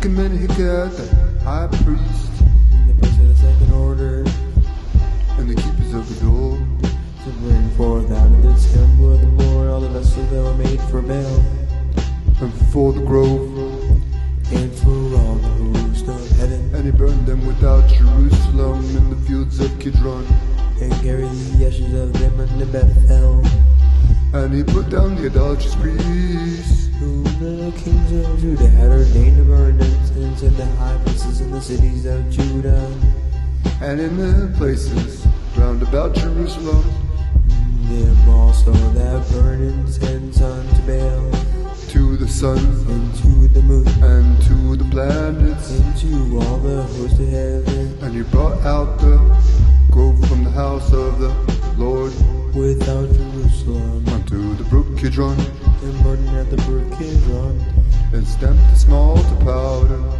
Command Hikath, the high priest, being the person of the second order, and the keepers of the door, to bring forth out of this temple of the Lord all the vessels that were made for Baal, and before the grove, and for all the host of heaven, and he burned them without Jerusalem in the fields of Kidron. and carry the ashes of them unto Bethel, And he put down the idolatrous priests, whom the kings of Judah had ordained to burn incense in the high places in the cities of Judah. and in the places round about Jerusalem, Them also that burn incense unto Baal, to the sun, and to the moon, and to the planets. and to all the host of heaven. And he brought out the grove from the house of the Lord without Jerusalem, unto the brook Kidron, and burning at the brook Kidron, and stamped the small to powder.